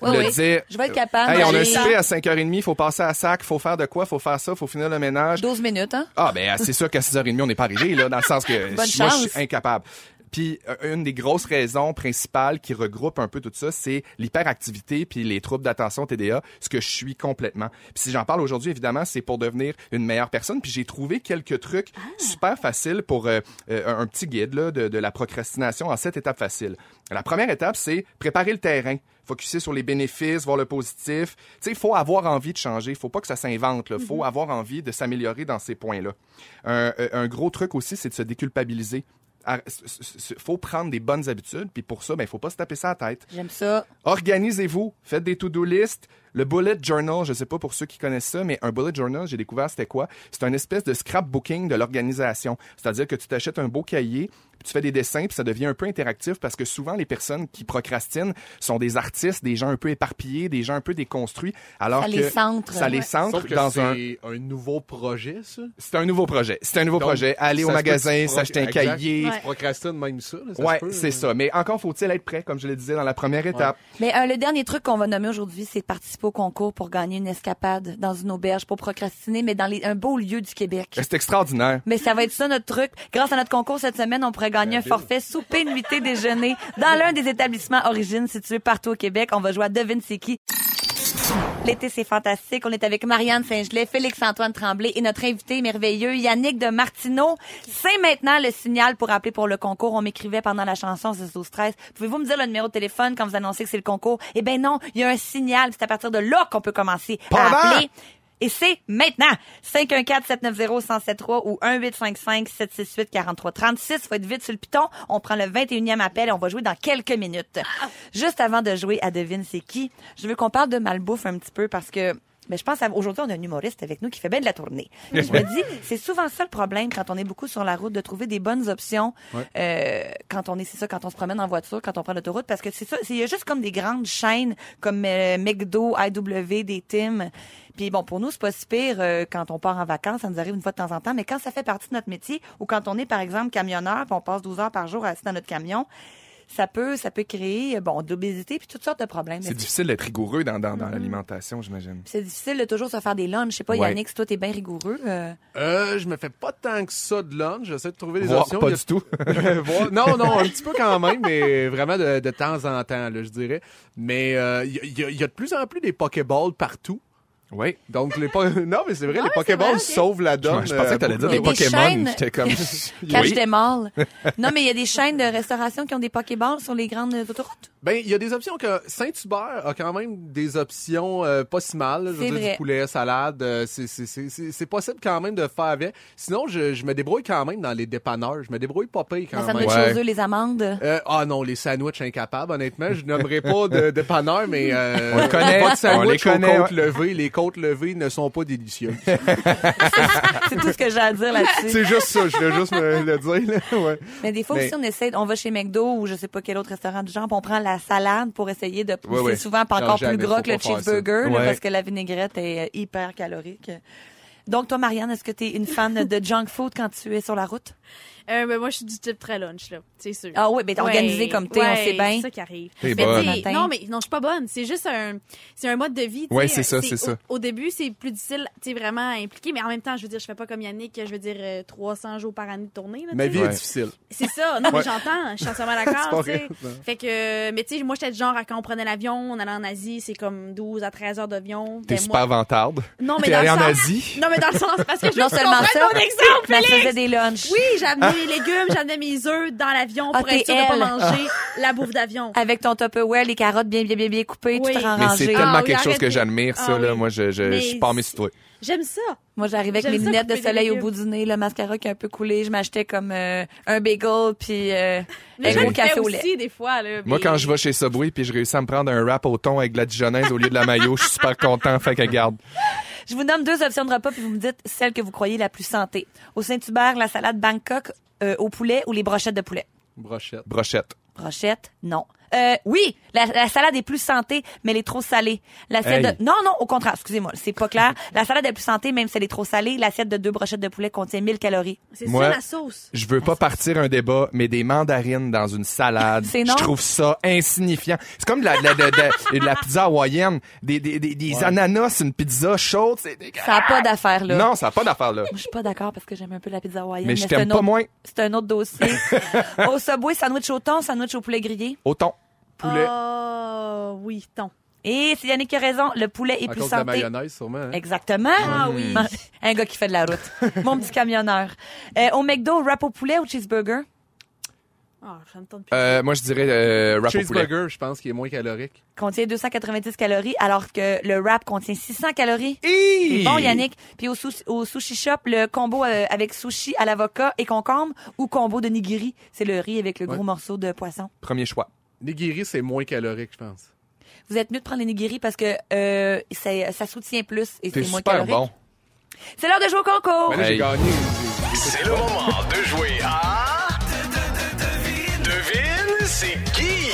B: Oui,
C: le
B: oui.
C: dire.
B: Je vais être capable.
C: Hey, on a un
B: d'aller
C: souper à 5h30, faut passer à sac, faut faire de quoi, faut faire ça, faut finir le ménage.
B: 12 minutes, hein?
C: Ah ben c'est sûr qu'à 6h30 on n'est pas arrivé là dans le sens que
B: Bonne
C: moi je
B: chance.
C: suis incapable. Puis euh, une des grosses raisons principales qui regroupe un peu tout ça, c'est l'hyperactivité puis les troubles d'attention TDA, ce que je suis complètement. Puis si j'en parle aujourd'hui, évidemment, c'est pour devenir une meilleure personne. Puis j'ai trouvé quelques trucs
B: Ah.
C: super faciles pour euh, euh, un un petit guide là, de, de la procrastination en sept étapes faciles. La première étape, c'est préparer le terrain. Focuser sur les bénéfices, voir le positif. Tu sais, il faut avoir envie de changer. faut pas que ça s'invente. Il faut avoir envie de s'améliorer dans ces points-là. Un, euh, un gros truc aussi, c'est de se déculpabiliser. Ar- s- s- s- faut prendre des bonnes habitudes, puis pour ça, ben faut pas se taper ça à la tête.
B: J'aime ça.
C: Organisez-vous, faites des to-do list. Le bullet journal, je sais pas pour ceux qui connaissent ça, mais un bullet journal, j'ai découvert c'était quoi C'est une espèce de scrapbooking de l'organisation. C'est-à-dire que tu t'achètes un beau cahier, puis tu fais des dessins, puis ça devient un peu interactif parce que souvent les personnes qui procrastinent sont des artistes, des gens un peu éparpillés, des gens un peu déconstruits, alors
B: Ça
C: que
B: les centre.
C: ça les
B: Ouais.
C: centre
D: Sauf que
C: dans un
D: c'est un... nouveau projet, ça.
C: c'est un nouveau projet. C'est un nouveau
D: Donc,
C: projet. Aller
D: ça
C: au
D: se peut que
C: magasin,
D: tu
C: s'acheter un
D: proc- exact.
C: cahier.
E: Ouais.
D: Tu procrastines même ça. là, ça se
C: Ouais,
D: peut,
C: c'est
D: là.
C: ça. Mais encore faut-il être prêt, comme je le disais dans la première étape.
B: Mais euh, le dernier truc qu'on va nommer aujourd'hui, c'est de participer au concours pour gagner une escapade dans une auberge, pour procrastiner, mais dans les- un beau lieu du Québec.
C: C'est extraordinaire.
B: Mais ça va être ça notre truc. Grâce à notre concours cette semaine, on pourrait gagner un forfait souper, nuitée, déjeuner dans l'un des établissements Origine situés partout au Québec. On va jouer à Devine c'est qui. L'été, c'est fantastique. On est avec Marianne Saint-Gelais, Félix-Antoine Tremblay et notre invité merveilleux, Yannick de Martineau. C'est maintenant le signal pour appeler pour le concours. On m'écrivait pendant la chanson 12 13 Pouvez-vous me dire le numéro de téléphone quand vous annoncez que c'est le concours? Eh ben non, il y a un signal. C'est à partir de là qu'on peut commencer à
C: Pendant!
B: appeler. Et c'est maintenant! 514-790-1073 ou 1855-768-4336. Faut être vite sur le piton. On prend le 21e appel et on va jouer dans quelques minutes. Juste avant de jouer à Devine c'est qui, je veux qu'on parle de malbouffe un petit peu parce que mais je pense à- aujourd'hui on a un humoriste avec nous qui fait bien de la tournée. Je me dis c'est souvent ça le problème quand on est beaucoup sur la route de trouver des bonnes options euh, quand on est c'est ça quand on se promène en voiture quand on prend l'autoroute parce que c'est ça c'est- il y a juste comme des grandes chaînes comme euh, McDo, IW, des Tim. Puis bon pour nous c'est pas si pire euh, quand on part en vacances ça nous arrive une fois de temps en temps mais quand ça fait partie de notre métier ou quand on est par exemple camionneur puis on passe 12 heures par jour assis dans notre camion ça peut ça peut créer euh, bon de l'obésité puis toutes sortes de problèmes.
C: C'est difficile d'être rigoureux dans, dans,
D: Mm-hmm.
C: dans l'alimentation, j'imagine.
B: C'est difficile de toujours se faire des lunchs. Je sais pas,
C: Ouais.
B: Yannick, si toi, t'es bien rigoureux. euh,
D: Euh, je me fais pas tant que ça de lunch. J'essaie de trouver des
C: Voire
D: options.
C: pas
D: Il y a-
C: du
D: (laughs)
C: tout.
D: Voir- Non, non, un petit peu quand même, mais vraiment de, de temps en temps, là, je dirais. Mais euh, il y, a- il y a- il y a de plus en plus des Pokéballs partout.
C: oui.
D: Donc, les po- (laughs) non, mais c'est vrai, les
E: c'est
D: Pokéballs
E: vrai, ok.
D: sauvent la
C: Je,
D: donne. euh,
C: je
E: euh,
C: pensais que t'allais dire
B: Il y
C: des
B: a des
C: Pokémon.
B: chaînes.
C: J'étais
E: (laughs)
C: comme.
B: Cache
C: oui.
B: des malles. non, mais il y a des chaînes de restauration qui ont des pokéballs sur les grandes autoroutes.
D: Ben, il y a des options que Saint-Hubert a quand même des options euh, pas si mal. là. Je veux
B: C'est
D: dire,
B: vrai.
D: du poulet, salade, euh, c'est- c'est- c'est c'est- c'est possible quand même de faire avec. Sinon, je, je me débrouille quand même dans les dépanneurs. Je me débrouille pas pire
B: La
D: quand même.
B: sandwich
C: Ouais.
B: aux œufs, les
D: (laughs)
B: amandes.
D: Euh, ah non, les sandwichs incapables, honnêtement. Je nommerai pas de, de panneur, mais euh,
C: On les connaît.
D: pas de
C: On les
D: sandwich aux
C: connaît,
D: côtes
C: ouais.
D: levées. Les côtes levées ne sont pas délicieuses.
B: C'est tout ce que j'ai à dire là-dessus.
D: C'est juste ça, je voulais juste me le dire. Là. Ouais.
B: Mais des fois
D: Mais-
B: aussi, on essaie, on va chez McDo ou je sais pas quel autre restaurant du genre, puis on prend la salade pour essayer de
C: Ouais, ouais.
B: C'est souvent pas
D: Non,
B: encore
D: jamais,
B: plus gras
D: faut
B: que le
D: pas faire ça.
B: cheeseburger, là,
C: Ouais.
B: parce que la vinaigrette est euh, hyper calorique. Donc, toi, Marianne, est-ce que t'es une fan de junk food quand tu es sur la route?
E: Euh, ben, moi, je suis du type très lunch, là. C'est sûr.
B: Ah oui, ben, t'es organisée comme t'es, on
E: ouais,
B: sait bien.
E: C'est ça qui arrive.
C: T'es
E: Mais
C: bonne.
E: tu sais,
B: Matin.
E: Non, mais non, je suis pas bonne. C'est juste un, c'est un mode de vie. tu
C: Ouais, c'est
E: sais.
C: ça, c'est ça.
E: Au, au début, c'est plus difficile, tu sais, vraiment à impliquer. Mais en même temps, je veux dire, je fais pas comme Yannick, je veux dire, euh, 300 jours par année de tournée, là,
D: Ma
E: tu sais.
D: vie
C: Ouais.
D: est difficile.
E: C'est ça. Non,
D: Ouais.
E: mais j'entends. Je suis
C: (laughs)
E: entièrement
D: C'est
E: d'accord,
D: pas
E: tu sais.
D: vrai, non.
E: Fait que, mais tu sais, moi, j'étais du genre, à quand on prenait l'avion, on allait en Asie, c'est comme 12 à 13 heures d'avion.
C: T'es
E: Ben,
C: super
E: moi-
C: vantarde.
E: Non, mais
C: T'es
E: dans
C: allé
E: le
C: en
E: sens-
C: Asie.
E: Non, mais mais dans le sens, parce que je veux
B: Non
E: que tu
B: seulement
E: comprennes
B: ça,
E: mon exemple,
B: mais elle
E: Félix.
B: faisait des lunchs.
E: Oui, j'amenais mes légumes, j'amenais mes œufs dans l'avion
B: Ah,
E: pour être sûr de
B: t'es
E: pas
B: elle.
E: manger la bouffe d'avion.
B: Avec ton Tupperware, les carottes bien, bien, bien, bien coupées,
E: Oui.
B: tout en
C: Mais c'est
B: rangé.
C: tellement
E: Ah oui,
C: quelque chose que
E: arrêtez.
C: j'admire, ça,
E: Ah
C: là.
E: oui.
C: Moi, je, je, je
E: Mais
C: suis pas sur toi.
E: J'aime ça.
B: Moi, j'arrivais avec
E: J'aime
B: mes
E: ça
B: lunettes de
E: couper des
B: soleil au
E: légumes.
B: bout du nez, le mascara qui est un peu coulé. Je m'achetais comme euh, un bagel puis euh, un
E: Mais je
B: gros
E: le
B: café
E: fais
B: au lait.
E: aussi des fois. Là,
C: Moi,
E: mais-
C: quand je vais chez Subway puis je réussis à me prendre un rap au thon avec de la dijonnaise au lieu de la mayo, je suis super content. Fait que garde.
B: Je vous nomme deux options de repas puis vous me dites celle que vous croyez la plus santé. Au Saint-Hubert, la salade Bangkok euh, au poulet ou les brochettes de poulet.
D: Brochette.
C: Brochette.
B: Brochette, non. Euh, oui, la, la salade est plus santé, mais elle est trop salée. L'assiette
C: Hey.
B: de... Non, non, au contraire, excusez-moi, c'est pas clair. (laughs) La salade est plus santé, même si elle est trop salée. L'assiette de deux brochettes de poulet contient 1000 calories.
E: C'est
C: Moi-
E: ça la sauce.
C: Je veux pas partir un débat, mais des mandarines dans une salade,
B: C'est non.
C: je trouve ça insignifiant. C'est comme de la, de la, de- de- de la pizza hawaïenne, des, des, des, des ananas, une pizza chaude, c'est dégueulasse.
B: Ça a pas d'affaire, là.
C: Non, ça n'a pas d'affaire là.
B: Je suis pas d'accord parce que j'aime un peu la pizza hawaïenne.
C: Mais je
B: c'est
C: t'aime
B: un
C: pas
B: autre-
C: moins.
B: C'est un autre
C: (laughs)
B: dossier. au Subway, sandwich au thon, sandwich au poulet grillé.
C: Au thon, poulet.
E: Oh, oui, ton.
B: Et c'est Yannick qui a raison, le poulet est
D: À
B: plus
D: cause de la
B: santé.
D: mayonnaise, sûrement. hein.
B: Exactement.
E: Ah oui.
B: (laughs) Un gars qui fait de la route. Mon petit camionneur. Euh, au McDo, wrap au poulet ou cheeseburger?
E: Ah, ça me tente plus.
C: Euh, moi, je dirais euh, rap au poulet.
D: Cheeseburger, je pense qu'il est moins calorique.
B: Contient 290 calories, alors que le wrap contient 600 calories.
C: Hi!
B: C'est bon, Yannick. Puis au, sou- au sushi shop, le combo euh, avec sushi à l'avocat et concombre ou combo de nigiri. C'est le riz avec le gros morceau de poisson.
C: Premier choix.
D: Nigiri, c'est moins calorique, je pense.
B: Vous êtes mieux de prendre les nigiri parce que euh, c'est- ça soutient plus et c'est
C: T'es
B: moins
C: super
B: calorique.
C: bon.
B: C'est l'heure de jouer au concours.
D: Mais là, j'ai
C: Hey.
D: gagné. J'ai- j'ai-
A: C'est le moment de jouer à. Devine, c'est qui?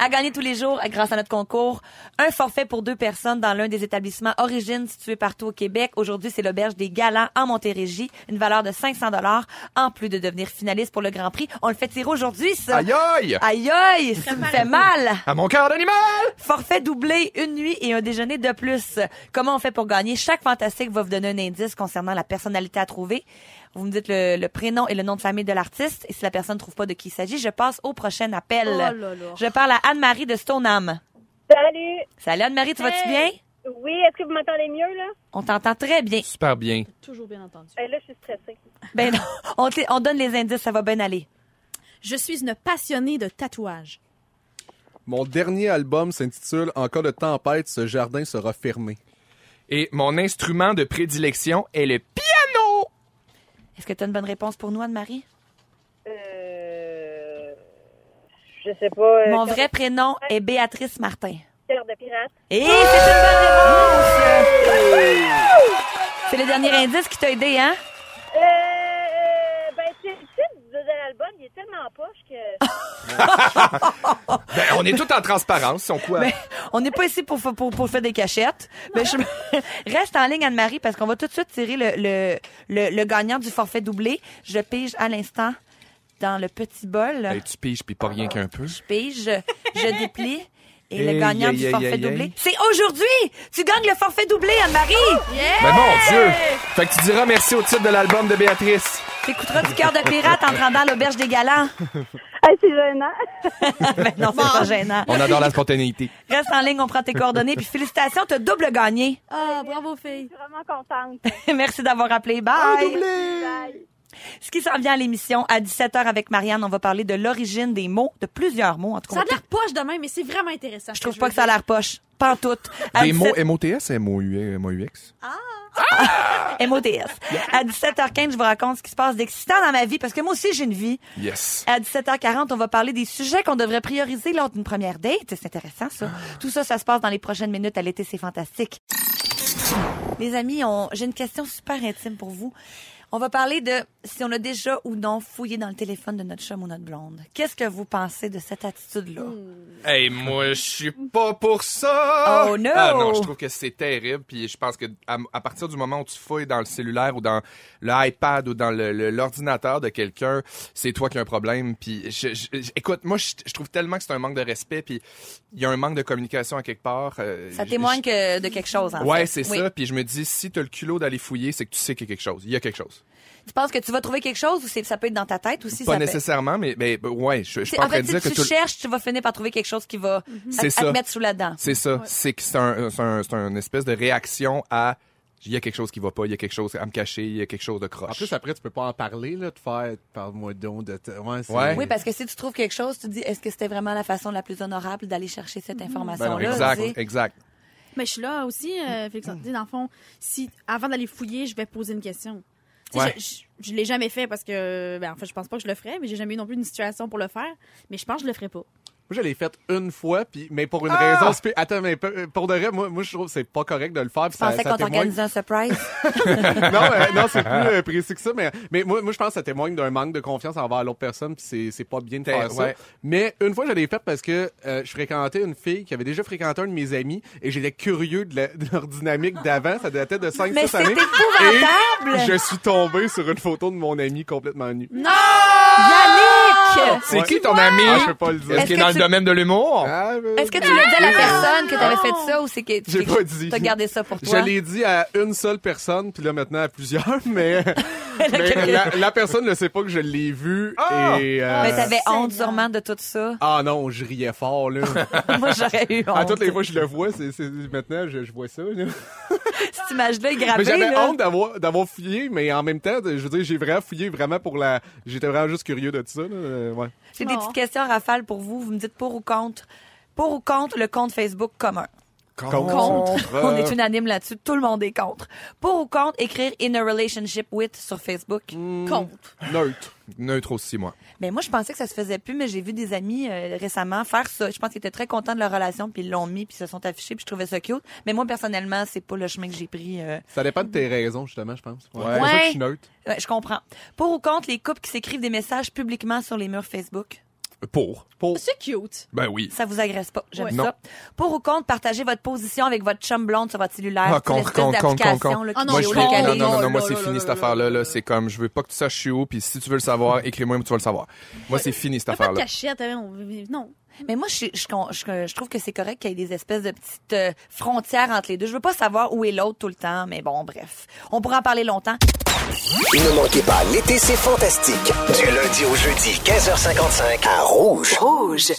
B: À gagner tous les jours euh, grâce à notre concours, un forfait pour deux personnes dans l'un des établissements Origine situés partout au Québec. Aujourd'hui, c'est l'auberge des Galants en Montérégie, une valeur de 500 dollars en plus de devenir finaliste pour le Grand Prix. On le fait tirer aujourd'hui, ça.
C: Aïe aïe!
B: Aïe aïe, ça me fait mal.
C: À mon cœur d'animal!
B: Forfait doublé, une nuit et un déjeuner de plus. Comment on fait pour gagner? Chaque fantastique va vous donner un indice concernant la personnalité à trouver. Vous me dites le, le prénom et le nom de famille de l'artiste. Et si la personne ne trouve pas de qui il s'agit, je passe au prochain appel.
E: Oh là là.
B: Je parle à Anne-Marie de Stoneham.
F: Salut.
B: Salut Anne-Marie, tu vas-tu
E: Hey.
B: bien?
F: Oui, est-ce que vous m'entendez mieux, là?
B: On t'entend très bien.
C: Super bien.
E: Toujours bien entendu.
F: Eh, là, je suis stressée.
B: Ben non, on, te- on donne les indices, ça va bien aller.
E: Je suis une passionnée de tatouage.
D: Mon dernier album s'intitule En cas de tempête, ce jardin sera fermé.
C: Et mon instrument de prédilection est le piano!
B: Est-ce que tu as une bonne réponse pour nous, Anne-Marie?
F: Euh... Je sais pas. euh,
B: Mon
F: cœur-
B: vrai prénom est Béatrice Martin.
F: Cœur de pirate.
B: Et c'est une bonne réponse! C'est le dernier indice qui t'a aidé, hein?
F: Euh... euh, Ben, tu sais, le titre de de l'album, il est tellement poche (laughs) que...
C: Ben, on est tout en transparence, son quoi?
B: Mais on n'est pas ici pour, fa- pour, pour faire des cachettes. Mais je- (laughs) Reste en ligne, Anne-Marie, parce qu'on va tout de suite tirer le, le, le, le gagnant du forfait doublé. Je pige à l'instant dans le petit bol.
C: Ben, tu piges puis pas rien qu'un peu.
B: Je pige, je, je déplie. Et le
C: Hey,
B: gagnant
C: hey,
B: du
C: hey,
B: forfait
C: hey, hey.
B: doublé, c'est aujourd'hui! Tu gagnes le forfait doublé, Anne-Marie!
C: Ben mon Dieu! Fait que tu diras merci au titre de l'album de Béatrice.
B: T'écouteras du cœur de pirate en te rendant à l'auberge des galants.
F: Ah, c'est gênant.
B: (laughs) Ben non, c'est pas gênant.
C: On adore la spontanéité.
B: Reste en ligne, on prend tes coordonnées, puis félicitations, t'as double gagné. (laughs)
E: Ah, bravo, fille.
F: Je suis vraiment (laughs) contente.
B: Merci d'avoir appelé. Bye! Ce qui s'en vient à l'émission, à 17h avec Marianne, on va parler de l'origine des mots, de plusieurs mots, en tout cas.
E: Ça a de l'air poche demain, mais c'est vraiment intéressant.
B: Je trouve pas que ça a l'air poche. Pas en tout. À
C: Des mots
B: 17
C: MOTS, MOUX.
B: MOTS. À 17h15, je vous raconte ce qui se passe d'excitant dans ma vie, parce que moi aussi, j'ai une vie.
C: Yes.
B: À 17h40, on va parler des sujets qu'on devrait prioriser lors d'une première date. C'est intéressant, ça.
C: Ah.
B: Tout ça, ça se passe dans les prochaines minutes à l'été. C'est fantastique. Les amis, on- j'ai une question super intime pour vous. On va parler de si on a déjà ou non fouillé dans le téléphone de notre chum ou notre blonde. Qu'est-ce que vous pensez de cette attitude-là?
C: Hmm. Hey, moi, je suis pas pour ça!
B: Oh, no!
C: Ah non, je trouve que c'est terrible. Puis je pense que à, à partir du moment où tu fouilles dans le cellulaire ou dans l'iPad ou dans le- le- l'ordinateur de quelqu'un, c'est toi qui as un problème. Puis je, je- je- écoute, moi, je, je trouve tellement que c'est un manque de respect. Puis il y a un manque de communication à quelque part. euh,
B: Ça
C: je-
B: témoigne
C: je-
B: que de quelque chose, en
C: Ouais,
B: fait.
C: c'est
B: Oui.
C: ça. Puis je me dis, si t'as le culot d'aller fouiller, c'est que tu sais qu'il y a quelque chose. Il y a quelque chose. pense.
B: Tu penses que tu vas trouver quelque chose ou c'est- ça peut être dans ta tête aussi?
C: pas
B: ça peut-
C: nécessairement, mais, mais ben, ouais, je, je suis
B: C'est-
C: pas
B: En
C: en train
B: fait,
C: de
B: si
C: dire que
B: tu
C: tout le- Mhm.
B: cherches, tu vas finir par trouver quelque chose qui va à-
C: C'est
B: à, te
C: ça.
B: mettre sous la dent.
C: C'est ça. C'est que c'est un, euh, c'est un, c'est un espèce de réaction à il y a quelque chose qui va pas, il y a quelque chose à me cacher, il y a quelque chose de croche.
D: En plus, après, tu peux pas en parler, là, de faire, parle-moi donc de. ta- Ouais, c'est-
C: Ouais.
B: Oui, parce que si tu trouves quelque chose, tu te dis, est-ce que c'était vraiment la façon la plus honorable d'aller chercher cette
D: Mhm.
C: Ben non,
B: information-là?
C: exact,
B: tu sais? Ah
C: exact.
E: Mais je suis là aussi,
C: Mm.
E: euh, Félix Anthony, dans le fond, si, avant d'aller fouiller, je vais poser une question. Tu sais,
C: Ouais.
E: Je, je- je l'ai jamais fait parce que, ben, en fait, je pense pas que je le ferais, mais j'ai jamais eu non plus une situation pour le faire. Mais je pense que je le ferais pas.
D: Moi, je l'ai fait une fois, puis, mais pour une
C: Ah!
D: raison spé- Attends, mais pe- pour de vrai, moi, moi, je trouve que c'est pas correct de le faire. puis
B: Tu
D: ça,
B: pensais
D: ça
B: qu'on
D: témoigne... (laughs)
B: t'organisait un surprise?
D: non, euh, non c'est plus euh, précis que ça, mais, mais moi, moi, je pense que ça témoigne d'un manque de confiance envers l'autre personne, puis c'est, c'est pas bien de
C: T'es-
D: faire ça.
C: ouais.
D: Mais une fois, je l'ai fait parce que euh, je fréquentais une fille qui avait déjà fréquenté un de mes amis, et j'étais curieux de, la- (laughs) de leur dynamique d'avant. Ça datait de 5
B: Mais
D: 6
B: c'est
D: années.
B: épouvantable!
D: Et je suis tombé sur une photo de mon ami complètement nu.
B: Yannick!
C: C'est
D: Ouais.
C: qui ton ami?
D: Ah, je peux pas le dire.
C: Est-ce qu'il
B: Est-ce
C: est
B: que
C: dans
B: tu-
C: le domaine de l'humour?
D: Ah, euh,
B: Est-ce que tu l'as dit à la personne que t'avais fait ça ou c'est que
D: Oh! J'ai
B: que
D: pas dit.
B: t'as gardé ça pour
D: Je
B: toi? (laughs)
D: l'ai dit à une seule personne, puis là maintenant à plusieurs, (laughs) mais,
B: (laughs)
D: mais
B: Laquelle?
D: la, la personne ne sait pas que je l'ai vu.
C: Ah!
D: Et, euh,
B: Mais t'avais
E: Euh,
B: honte
E: Seigneur.
B: sûrement de tout ça.
D: (laughs) Ah non, je riais
B: (laughs)
D: fort, là.
B: Moi, j'aurais eu honte.
D: à toutes les fois que je le vois, c'est, c'est- maintenant, je, je vois ça. là.
B: Cette image-là est
D: Mais
B: gravée,
D: j'avais
B: là.
D: honte d'avoir, d'avoir fouillé, mais en même temps, je veux dire, j'ai vraiment fouillé vraiment pour la... J'étais vraiment juste curieux de ça. Là. euh, Ouais.
B: J'ai des petites questions rafales pour vous. Vous me dites pour ou contre. Pour ou contre le compte Facebook commun? (laughs) On est unanime là-dessus. Tout le monde est contre. Pour ou contre écrire in a relationship with sur Facebook?
C: Mm.
E: Compte.
C: Neutre. Neutre aussi, moi.
B: Mais moi, je pensais que ça se faisait plus, mais j'ai vu des amis euh, récemment faire ça. Je pense qu'ils étaient très contents de leur relation, puis ils l'ont mis, puis ils se sont affichés, puis je trouvais ça cute. Mais moi, personnellement, c'est pas le chemin que j'ai pris. euh.
D: Ça dépend de tes raisons, justement, je pense. Ouais. C'est pour ça
E: Ouais.
D: que je suis neutre.
B: Ouais, je comprends. Pour ou contre les couples qui s'écrivent des messages publiquement sur les murs Facebook?
C: Pour.
D: Pour...
E: C'est cute.
C: Ben oui.
B: Ça vous agresse pas, j'aime
E: Ouais.
B: ça. Pour ou contre partager votre position avec votre chum blonde sur votre cellulaire?
C: Ah,
B: C'est une
C: contre,
B: espèce
C: contre, contre, contre,
B: d'application,
C: contre.
B: là, qui
E: Ah non,
C: moi,
E: mais
B: est
C: je
E: au
C: l'ai-
E: local,
C: non, non,
E: les
B: localisée.
C: non,
E: gars,
C: non, moi,
E: là,
C: c'est
E: là,
C: fini,
E: là,
C: cette
E: là,
C: affaire-là,
E: là,
C: là. C'est comme, je veux pas que tu saches je suis où, puis si tu veux le savoir, écris-moi, mais tu vas le savoir. Moi, c'est fini, cette
E: T'as pas de (laughs)
C: affaire-là.
E: cachette. hein, on- Non.
B: Mais moi, je, je, con- je- je trouve que c'est correct qu'il y ait des espèces de petites euh, frontières entre les deux. Je veux pas savoir où est l'autre tout le temps, mais bon, bref. On pourra en parler longtemps.
A: Ne manquez pas, l'été, c'est fantastique. Du lundi au jeudi, 15h55, à Rouge. Rouge.